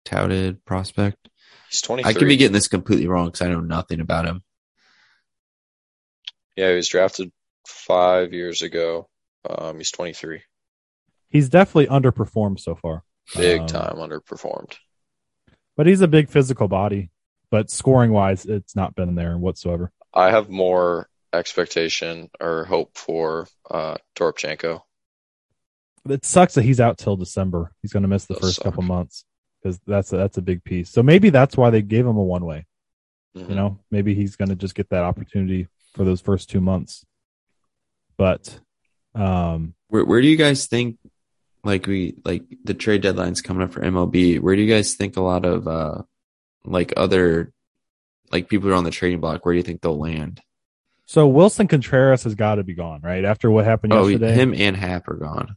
Speaker 3: touted prospect?
Speaker 2: He's 23.
Speaker 3: I could be getting this completely wrong cuz I know nothing about him.
Speaker 2: Yeah, he was drafted five years ago. Um, he's 23.
Speaker 1: He's definitely underperformed so far.
Speaker 2: Big
Speaker 1: Um,
Speaker 2: time underperformed.
Speaker 1: But he's a big physical body. But scoring wise, it's not been there whatsoever.
Speaker 2: I have more expectation or hope for uh, Torpchenko.
Speaker 1: it sucks that he's out till December. He's going to miss the
Speaker 2: Does
Speaker 1: first
Speaker 2: suck.
Speaker 1: couple months because that's a, that's a big piece. So maybe that's why they gave him a one way. You
Speaker 2: Mhm.
Speaker 3: Mm-hmm.
Speaker 1: know, maybe he's going to just get that opportunity for those first two months. But um,
Speaker 3: Where where do you guys think like we like the trade deadline's coming up for MLB? Where do you guys think a lot of uh like other like people who are on the trading block, where do you think they'll land?
Speaker 1: so Wilson Contreras has got to be gone, right? After what happened
Speaker 3: Oh,
Speaker 1: yesterday.
Speaker 3: him and Hap are gone.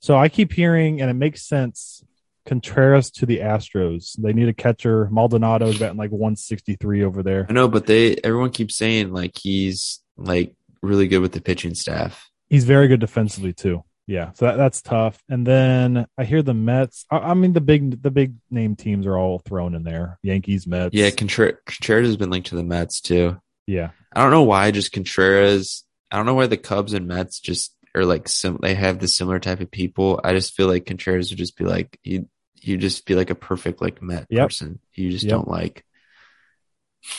Speaker 1: So I keep hearing, and it makes sense. Contreras to the Astros. They need a catcher. Maldonado's batting like 163 over there.
Speaker 3: I know, but they everyone keeps saying like he's like really good with the pitching staff.
Speaker 1: He's very good defensively too. Yeah, so that, that's tough. And then I hear the Mets. I, I mean, the big the big name teams are all thrown in there. Yankees, Mets.
Speaker 3: Yeah, Contr- Contreras has been linked to the Mets too.
Speaker 1: yeah.
Speaker 3: I don't know why, just Contreras. I don't know why the Cubs and Mets just are like sim- they have the similar type of people. I just feel like Contreras would just be like you. You just be like a perfect like Met
Speaker 1: Yep.
Speaker 3: person. You just
Speaker 1: Yep.
Speaker 3: don't like.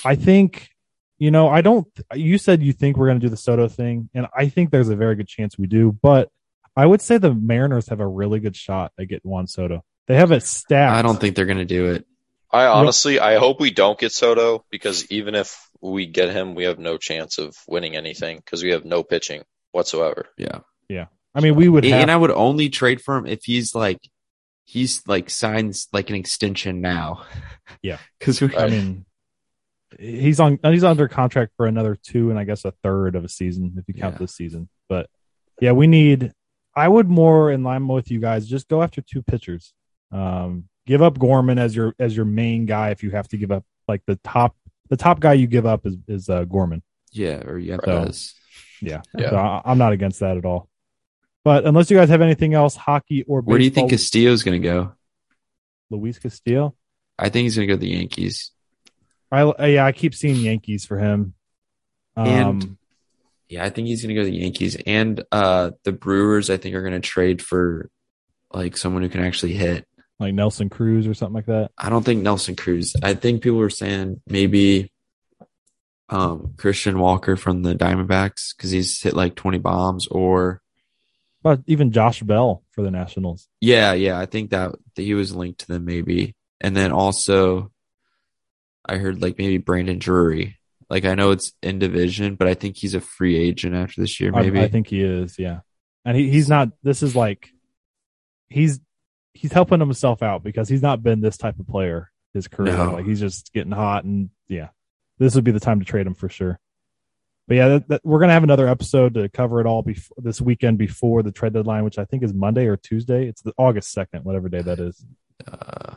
Speaker 1: I think you know. I don't. You said you think we're going to do the Soto thing, and I think there's a very good chance we do. But I would say the Mariners have a really good shot at getting Juan Soto. They have it stacked.
Speaker 3: I don't think they're going to do it.
Speaker 2: I honestly, I hope we don't get Soto because even if we get him, we have no chance of winning anything because we have no pitching whatsoever.
Speaker 3: Yeah.
Speaker 1: I mean, we would.
Speaker 3: And-
Speaker 1: Have,
Speaker 3: and I would only trade for him if he's like he's like signs like an extension now. (laughs)
Speaker 1: Yeah.
Speaker 3: Cuz we
Speaker 1: I mean, he's on he's under contract for another two and I guess a third of a season if you count
Speaker 3: Yeah.
Speaker 1: this season. But yeah, we need. I would more in line with you guys. Just go after two pitchers. Um, give up Gorman as your as your main guy if you have to give up like the top the top guy you give up is is uh, Gorman.
Speaker 3: yeah, or yeah,
Speaker 1: So-
Speaker 3: does.
Speaker 1: Yeah,
Speaker 2: Yeah.
Speaker 1: So I, I'm not against that at all. But unless you guys have anything else, hockey or
Speaker 3: Where do you think
Speaker 1: baseball,
Speaker 3: Castillo's going to go?
Speaker 1: Luis Castillo?
Speaker 3: I think he's going to go to the Yankees.
Speaker 1: I uh, yeah, I keep seeing Yankees for him. Um,
Speaker 3: And- Yeah, I think he's going to go to the Yankees and uh the Brewers I think are going to trade for like someone who can actually hit.
Speaker 1: like Nelson Cruz or something like that.
Speaker 3: I don't think Nelson Cruz. I think people were saying maybe um Christian Walker from the Diamondbacks cuz he's hit like 20 bombs or
Speaker 1: But even Josh Bell for the Nationals.
Speaker 3: Yeah, yeah, I think that, that he was linked to them maybe, and then also, I heard like maybe Brandon Drury. Like I know it's in division, but I think he's a free agent after this year.
Speaker 1: I-
Speaker 3: Maybe
Speaker 1: I, think he is, yeah. And he, he's not this is like he's he's helping himself out because he's not been this type of player his career.
Speaker 3: No.
Speaker 1: Like he's just getting hot and yeah. This would be the time to trade him for sure. But yeah, that, that, we're gonna have another episode to cover it all before this weekend before the trade deadline, which I think is Monday or Tuesday. It's the August second, whatever day that is.
Speaker 3: uh,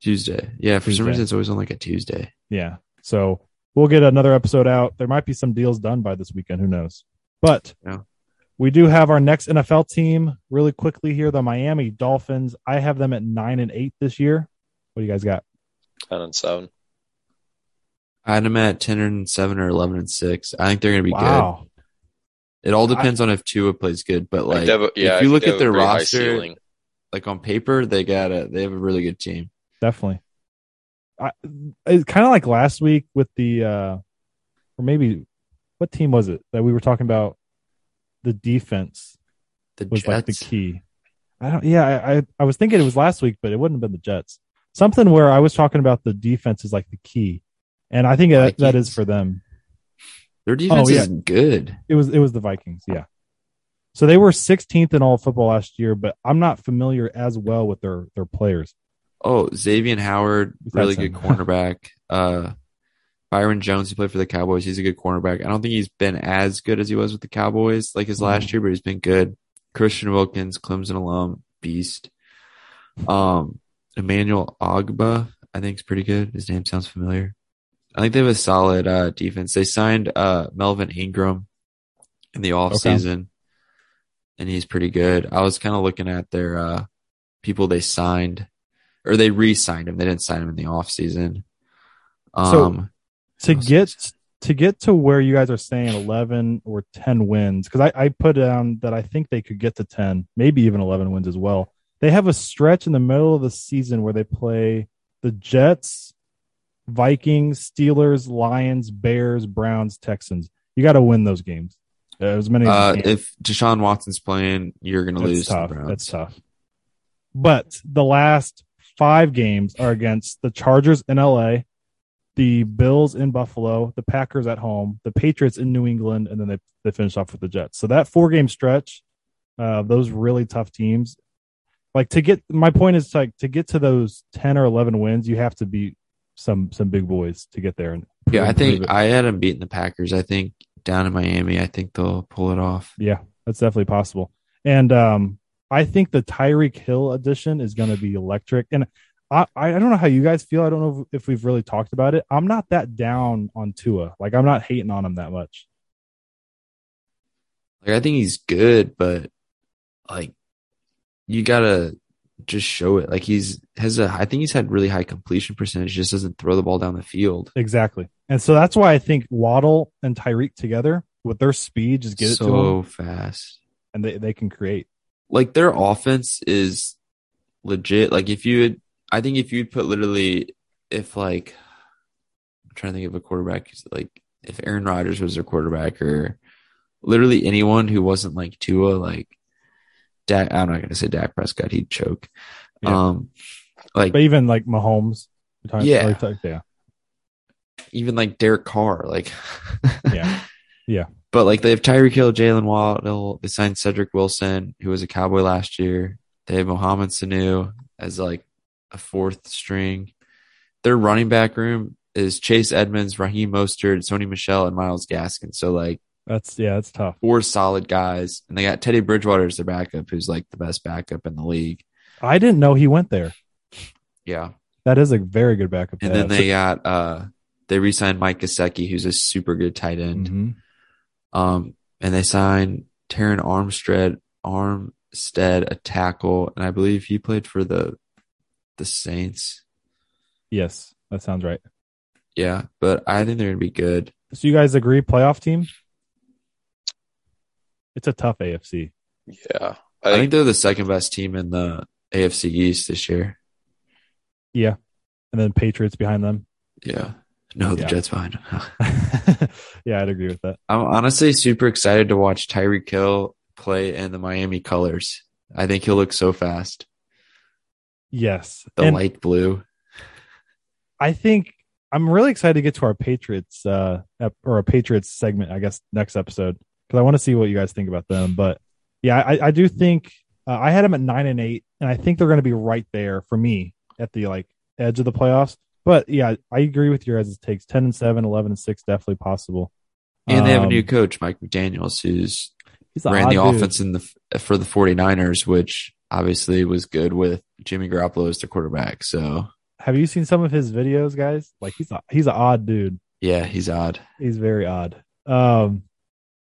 Speaker 3: Tuesday. Yeah, for
Speaker 1: Tuesday.
Speaker 3: some reason it's always on like a Tuesday.
Speaker 1: Yeah. So we'll get another episode out. There might be some deals done by this weekend. Who knows? But
Speaker 3: Yeah.
Speaker 1: we do have our next NFL team really quickly here the Miami Dolphins. I have them at nine and eight this year. What do you guys got?
Speaker 2: Ten and seven.
Speaker 3: I had him at ten and seven or eleven and six. I think they're gonna be
Speaker 1: wow.
Speaker 3: good. It all depends on if Tua plays good, but
Speaker 2: I
Speaker 3: like
Speaker 2: think they have a- yeah, I
Speaker 3: if you
Speaker 2: think
Speaker 3: look
Speaker 2: they
Speaker 3: at
Speaker 2: have a
Speaker 3: their
Speaker 2: pretty high
Speaker 3: roster,
Speaker 2: ceiling.
Speaker 3: like on paper, they got a they have a really good team.
Speaker 1: Definitely. I, it's kind of like last week with the, uh, or maybe what team was it that we were talking about? The defense
Speaker 3: The
Speaker 1: was
Speaker 3: Jets,
Speaker 1: like the key. I don't. Yeah, I, I I was thinking it was last week, but it wouldn't have been the Jets. Something where I was talking about the defense is like the key, and I think that, that is
Speaker 3: Vikings.
Speaker 1: for them.
Speaker 3: their defense
Speaker 1: Oh, yeah.
Speaker 3: is good.
Speaker 1: It was it was the Vikings. Yeah. So they were 16th in all of football last year, but I'm not familiar as well with their their players.
Speaker 3: Oh, Xavier Howard,
Speaker 1: We've had
Speaker 3: really
Speaker 1: some.
Speaker 3: good cornerback. uh, Byron Jones, he played for the Cowboys. He's a good cornerback. I don't think he's been as good as he was with the Cowboys like his last year, but he's been good. Christian Wilkins, Clemson alum, beast. Um, Emmanuel Ogba, I think is pretty good. His name sounds familiar. I think they have a solid uh, defense. They signed uh, Melvin Ingram in the offseason, season, and he's pretty good. I was kind of looking at their uh, people they signed, or they re-signed him. They didn't sign him in the offseason.
Speaker 1: So-
Speaker 3: Um,
Speaker 1: To get to get to where you guys are saying 11 or 10 wins, because I, I put down that I think they could get to 10, maybe even 11 wins as well. They have a stretch in the middle of the season where they play the Jets, Vikings, Steelers, Lions, Bears, Browns, Texans. You got to win those games. Uh, As many as
Speaker 3: Uh,
Speaker 1: you can.
Speaker 3: if Deshaun Watson's playing, you're gonna
Speaker 1: That's
Speaker 3: lose. to the
Speaker 1: tough.
Speaker 3: Browns.
Speaker 1: That's tough. But the last five games are against the Chargers in LA, the Bills in Buffalo, the Packers at home, the Patriots in New England, and then they, they finish off with the Jets. So that four game stretch, uh, those really tough teams. Like to get my point is like to get to those ten or eleven wins, you have to beat some some big boys to get there. And
Speaker 3: Yeah, I
Speaker 1: improve
Speaker 3: think
Speaker 1: it.
Speaker 3: I had him beating the Packers. I think down in Miami, I think they'll pull it off.
Speaker 1: Yeah, that's definitely possible. And um, I think the Tyreek Hill edition is going to be electric. And I, I don't know how you guys feel. I don't know if we've really talked about it. I'm not that down on Tua. Like I'm not hating on him that much.
Speaker 3: Like I think he's good, but like you gotta just show it. Like he's has a. I think he's had really high completion percentage. Just doesn't throw the ball down the field.
Speaker 1: Exactly. And so that's why I think Waddle and Tyreek together with their speed just get it to him
Speaker 3: so fast.
Speaker 1: and they, they can create.
Speaker 3: like their offense is legit. Like if you had, I think if you'd put literally, if like, I'm trying to think of a quarterback, who's, like if Aaron Rodgers was their quarterback or literally anyone who wasn't like Tua, like Dak. I'm not gonna say Dak Prescott, he'd choke.
Speaker 1: Yeah.
Speaker 3: Um, like
Speaker 1: But even like Mahomes, you're talking-
Speaker 3: Yeah.
Speaker 1: like, like, yeah,
Speaker 3: even like Derek Carr, like (laughs)
Speaker 1: Yeah. Yeah.
Speaker 3: But like they have Tyreek Hill, Jalen Waddle, they signed Cedric Wilson, who was a cowboy last year. They have Mohamed Sanu as like a fourth string. Their running back room is Chase Edmonds, Raheem Mostert, Sony Michelle, and Miles Gaskin. So like
Speaker 1: that's yeah, that's tough.
Speaker 3: four solid guys. And they got Teddy Bridgewater as their backup, who's like the best backup in the league.
Speaker 1: I didn't know he went there.
Speaker 3: Yeah.
Speaker 1: That is a very good backup. to
Speaker 3: And then
Speaker 1: have.
Speaker 3: they got uh they re signed Mike Gasecki, who's a super good tight end.
Speaker 1: Mhm.
Speaker 3: Um, and they signed Taryn Armstead, Armstead, a tackle, and I believe he played for the the Saints.
Speaker 1: yes, that sounds right.
Speaker 3: Yeah, but I think they're gonna be good.
Speaker 1: So you guys agree playoff team? It's a tough AFC.
Speaker 2: Yeah.
Speaker 3: I
Speaker 2: I
Speaker 3: think
Speaker 2: think
Speaker 3: they're the second best team in the AFC East this year.
Speaker 1: Yeah. And then Patriots behind them. (laughs)
Speaker 3: Yeah. No, the
Speaker 1: Yeah.
Speaker 3: Jets behind. them. (laughs)
Speaker 1: yeah, I'd agree with that.
Speaker 3: I'm honestly super excited to watch Tyreek Hill play in the Miami colors. I think he'll look so fast.
Speaker 1: Yes.
Speaker 3: The
Speaker 1: and
Speaker 3: light blue.
Speaker 1: I think I'm really excited to get to our Patriots uh ep- or a Patriots segment, I guess, next episode because I want to see what you guys think about them. But yeah, I, I do think uh, I had them at nine and eight, and I think they're going to be right there for me at the like edge of the playoffs. But yeah, I agree with your as it takes 10 and 7, 11 and 6, definitely possible.
Speaker 3: And they have a
Speaker 1: Um,
Speaker 3: new coach, Mike McDaniels, who's
Speaker 1: he's an
Speaker 3: ran
Speaker 1: odd
Speaker 3: the
Speaker 1: dude.
Speaker 3: offense in the for the 49ers, which obviously was good with Jimmy Garoppolo as their quarterback. So
Speaker 1: Have you seen some of his videos, guys? Like he's a, he's an odd dude.
Speaker 3: yeah, he's odd.
Speaker 1: He's very odd. Um,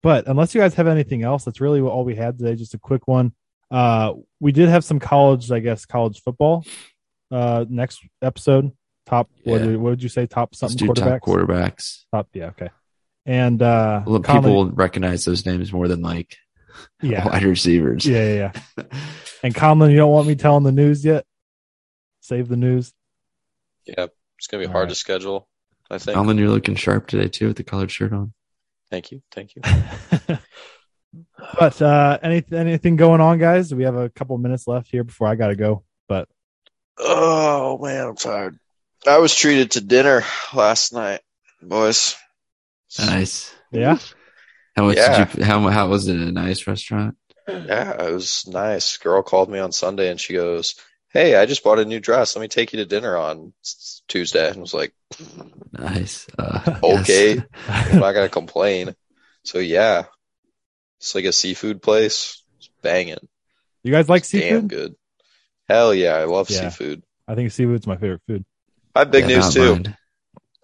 Speaker 1: but unless you guys have anything else, that's really all we had today. Just a quick one. Uh, we did have some college, I guess, college football. Uh, next episode, top. What,
Speaker 3: Yeah.
Speaker 1: did, what did you say? Top
Speaker 3: Let's
Speaker 1: something
Speaker 3: do top
Speaker 1: quarterback.
Speaker 3: quarterbacks.
Speaker 1: Top. Yeah. Okay. And uh,
Speaker 3: Well,
Speaker 1: comedy-
Speaker 3: People will recognize those names more than like
Speaker 1: Yeah.
Speaker 3: wide receivers.
Speaker 1: Yeah. Yeah. yeah. And Conlon, you don't want me telling the news yet. Save the news. (laughs)
Speaker 2: yeah, it's gonna be
Speaker 1: All
Speaker 2: hard
Speaker 1: right.
Speaker 2: to schedule. I think.
Speaker 3: Alan, you're looking sharp today too with the colored shirt on.
Speaker 2: thank you, thank you.
Speaker 1: but uh, any anything going on, guys? We have a couple minutes left here before I gotta go. But
Speaker 2: Oh man, I'm tired. I was treated to dinner last night, boys.
Speaker 3: Nice.
Speaker 1: yeah.
Speaker 3: (laughs) How much
Speaker 2: Yeah.
Speaker 3: did you? How how was it? A nice restaurant.
Speaker 2: Yeah, it was nice. Girl called me on Sunday and she goes, "Hey, I just bought a new dress. Let me take you to dinner on s- Tuesday." And I was like,
Speaker 3: Nice. Uh,
Speaker 2: Okay.
Speaker 3: (laughs) yes.
Speaker 2: "I'm not gonna complain." So yeah, it's like a seafood place. It's banging,
Speaker 1: You guys like
Speaker 2: It's damn
Speaker 1: seafood?
Speaker 2: good. Hell yeah, I love
Speaker 1: Yeah.
Speaker 2: seafood.
Speaker 1: I think seafood's my favorite food.
Speaker 2: I have big
Speaker 3: Yeah,
Speaker 2: news
Speaker 3: not
Speaker 2: too.
Speaker 3: mine.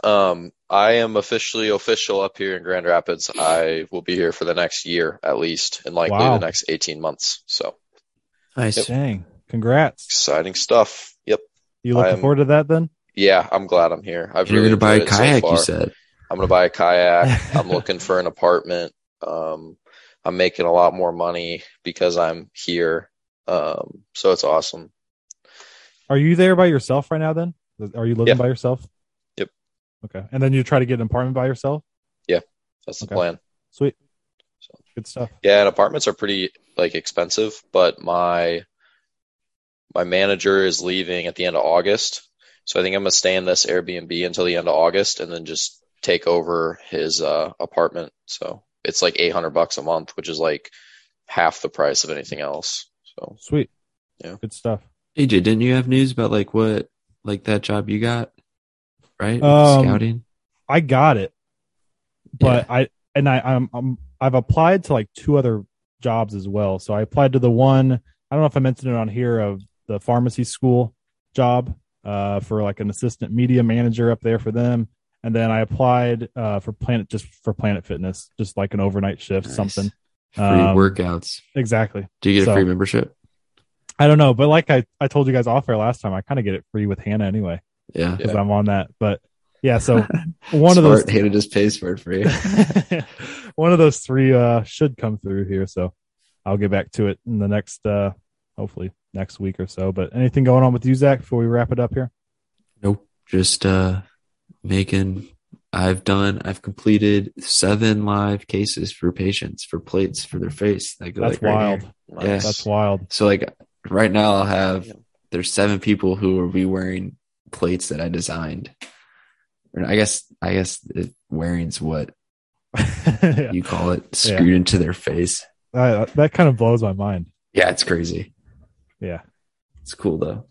Speaker 2: Um, I am officially official up here in Grand Rapids. I will be here for the next year at least, and likely
Speaker 1: Wow.
Speaker 2: the next 18 months. So
Speaker 3: Nice.
Speaker 1: Dang. Congrats.
Speaker 2: exciting stuff. Yep.
Speaker 1: You looking
Speaker 2: I'm-
Speaker 1: forward to that then?
Speaker 2: Yeah, I'm glad I'm here. I've
Speaker 3: You're
Speaker 2: really
Speaker 3: gonna buy a
Speaker 2: enjoyed it so
Speaker 3: kayak. you
Speaker 2: far.
Speaker 3: said.
Speaker 2: I'm gonna buy a
Speaker 3: (laughs)
Speaker 1: (laughs)
Speaker 2: kayak. I'm looking for an apartment. Um, I'm making a lot more money because I'm here. Um, so it's awesome.
Speaker 1: Are you there by yourself right now then? Are you living
Speaker 2: Yeah.
Speaker 1: by yourself?
Speaker 2: Yep.
Speaker 1: Okay. And then you try to get an apartment by yourself?
Speaker 2: That's the
Speaker 1: Okay.
Speaker 2: plan.
Speaker 1: Sweet.
Speaker 2: So-
Speaker 1: Good stuff.
Speaker 2: Yeah, and apartments are pretty like expensive, but my my manager is leaving at the end of August. So I think I'm gonna stay in this Airbnb until the end of August and then just take over his uh apartment. So it's like 800 bucks a month, which is like half the price of anything else. So
Speaker 1: Sweet.
Speaker 2: Yeah.
Speaker 1: Good stuff.
Speaker 3: AJ, didn't you have news about like what like that job you got? Right? With the
Speaker 1: Um,
Speaker 3: scouting?
Speaker 1: I got it, but I and I I'm, I'm I've applied to like two other jobs as well. So I applied to the one I don't know if I mentioned it on here of the pharmacy school job uh, for like an assistant media manager up there for them, and then I applied uh, for Planet just for Planet Fitness, just like an overnight shift
Speaker 3: Nice.
Speaker 1: something.
Speaker 3: Free
Speaker 1: Um,
Speaker 3: workouts.
Speaker 1: Exactly.
Speaker 3: Do you get
Speaker 1: so-
Speaker 3: a free membership?
Speaker 1: I don't know, but like I I told you guys off air last time, I kind of get it free with Hannah anyway
Speaker 3: Yeah.
Speaker 1: because I'm on that. But yeah,
Speaker 3: (laughs)
Speaker 1: so one of those
Speaker 3: Smart, Hannah just pays for it for (laughs) you.
Speaker 1: (laughs) one of those three uh should come through here so i'll get back to it in the next uh hopefully next week or so but anything going on with you zach before we wrap it up here
Speaker 3: nope. Just uh making I've done, I've completed seven live cases for patients for plates for their face. That go
Speaker 1: That's
Speaker 3: like right
Speaker 1: wild.
Speaker 3: here.
Speaker 2: Nice.
Speaker 3: Yes.
Speaker 1: That's
Speaker 3: (laughs)
Speaker 1: wild. (laughs)
Speaker 3: So like right now I'll have, there's seven people who will be wearing plates that I designed. Or I guess, I guess it, wearing's what
Speaker 1: Yeah.
Speaker 3: you call it screwed into their face.
Speaker 1: Uh, that kind of blows my mind.
Speaker 3: Yeah. It's crazy.
Speaker 1: Yeah.
Speaker 3: It's cool though.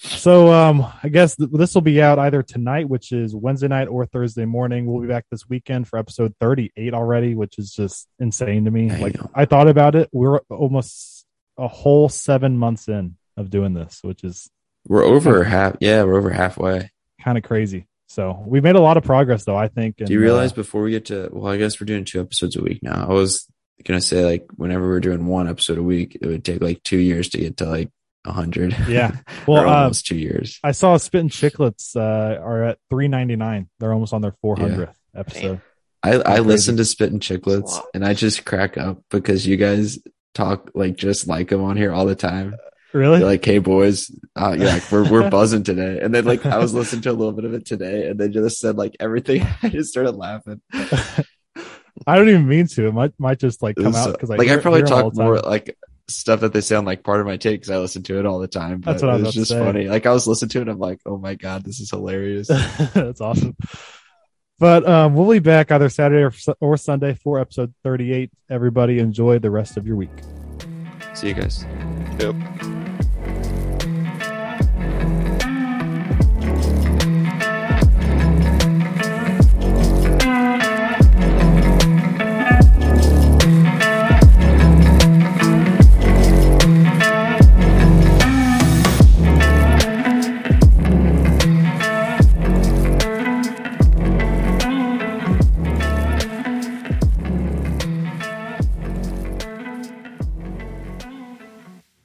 Speaker 1: So um, I guess th- this will be out either tonight, which is Wednesday night, or Thursday morning. We'll be back this weekend for episode 38 already, which is just insane to me.
Speaker 3: I
Speaker 1: like
Speaker 3: know.
Speaker 1: I thought about it, we're almost a whole seven months in of doing this, which is
Speaker 3: We're over half. Yeah. We're over halfway.
Speaker 1: kind of crazy. So we made a lot of progress, though. I think. And,
Speaker 3: Do you
Speaker 1: uh,
Speaker 3: realize before we get to, well, I guess we're doing two episodes a week now. I was going to say like whenever we we're doing one episode a week, it would take like two years to get to like a hundred. (laughs)
Speaker 1: Yeah.
Speaker 3: Well,
Speaker 1: Well, uh,
Speaker 3: almost two years.
Speaker 1: I saw Spit and Chicklets uh, are at 399. They're almost on their 400th episode.
Speaker 3: I, I
Speaker 1: crazy.
Speaker 3: listen to Spit and
Speaker 2: It's a
Speaker 3: Chicklets
Speaker 2: lot.
Speaker 3: and I just crack up because you guys talk like just like them on here all the time.
Speaker 1: Really?
Speaker 3: You're like, hey boys, uh, you're like we're we're buzzing today. And then like I was listening to a little bit of it today, and then you just said like everything. (laughs) I just started laughing.
Speaker 1: I don't even mean to. It might might just like
Speaker 3: It
Speaker 1: come
Speaker 3: was
Speaker 1: out
Speaker 3: so-
Speaker 1: because
Speaker 3: like I probably talk
Speaker 1: (laughs)
Speaker 3: more
Speaker 1: more.
Speaker 3: like stuff that they sound like part of my take because I listen to it all the time. But
Speaker 1: That's what I
Speaker 3: it
Speaker 1: was about
Speaker 3: was
Speaker 1: to
Speaker 3: just
Speaker 1: say.
Speaker 3: funny. Like I was listening to it, I'm like, oh my god, this
Speaker 1: (laughs)
Speaker 3: is hilarious.
Speaker 1: That's awesome. But um, we'll be back either Saturday or, Su- or Sunday for episode 38. Everybody enjoy the rest of your week.
Speaker 3: See you guys.
Speaker 2: Yep.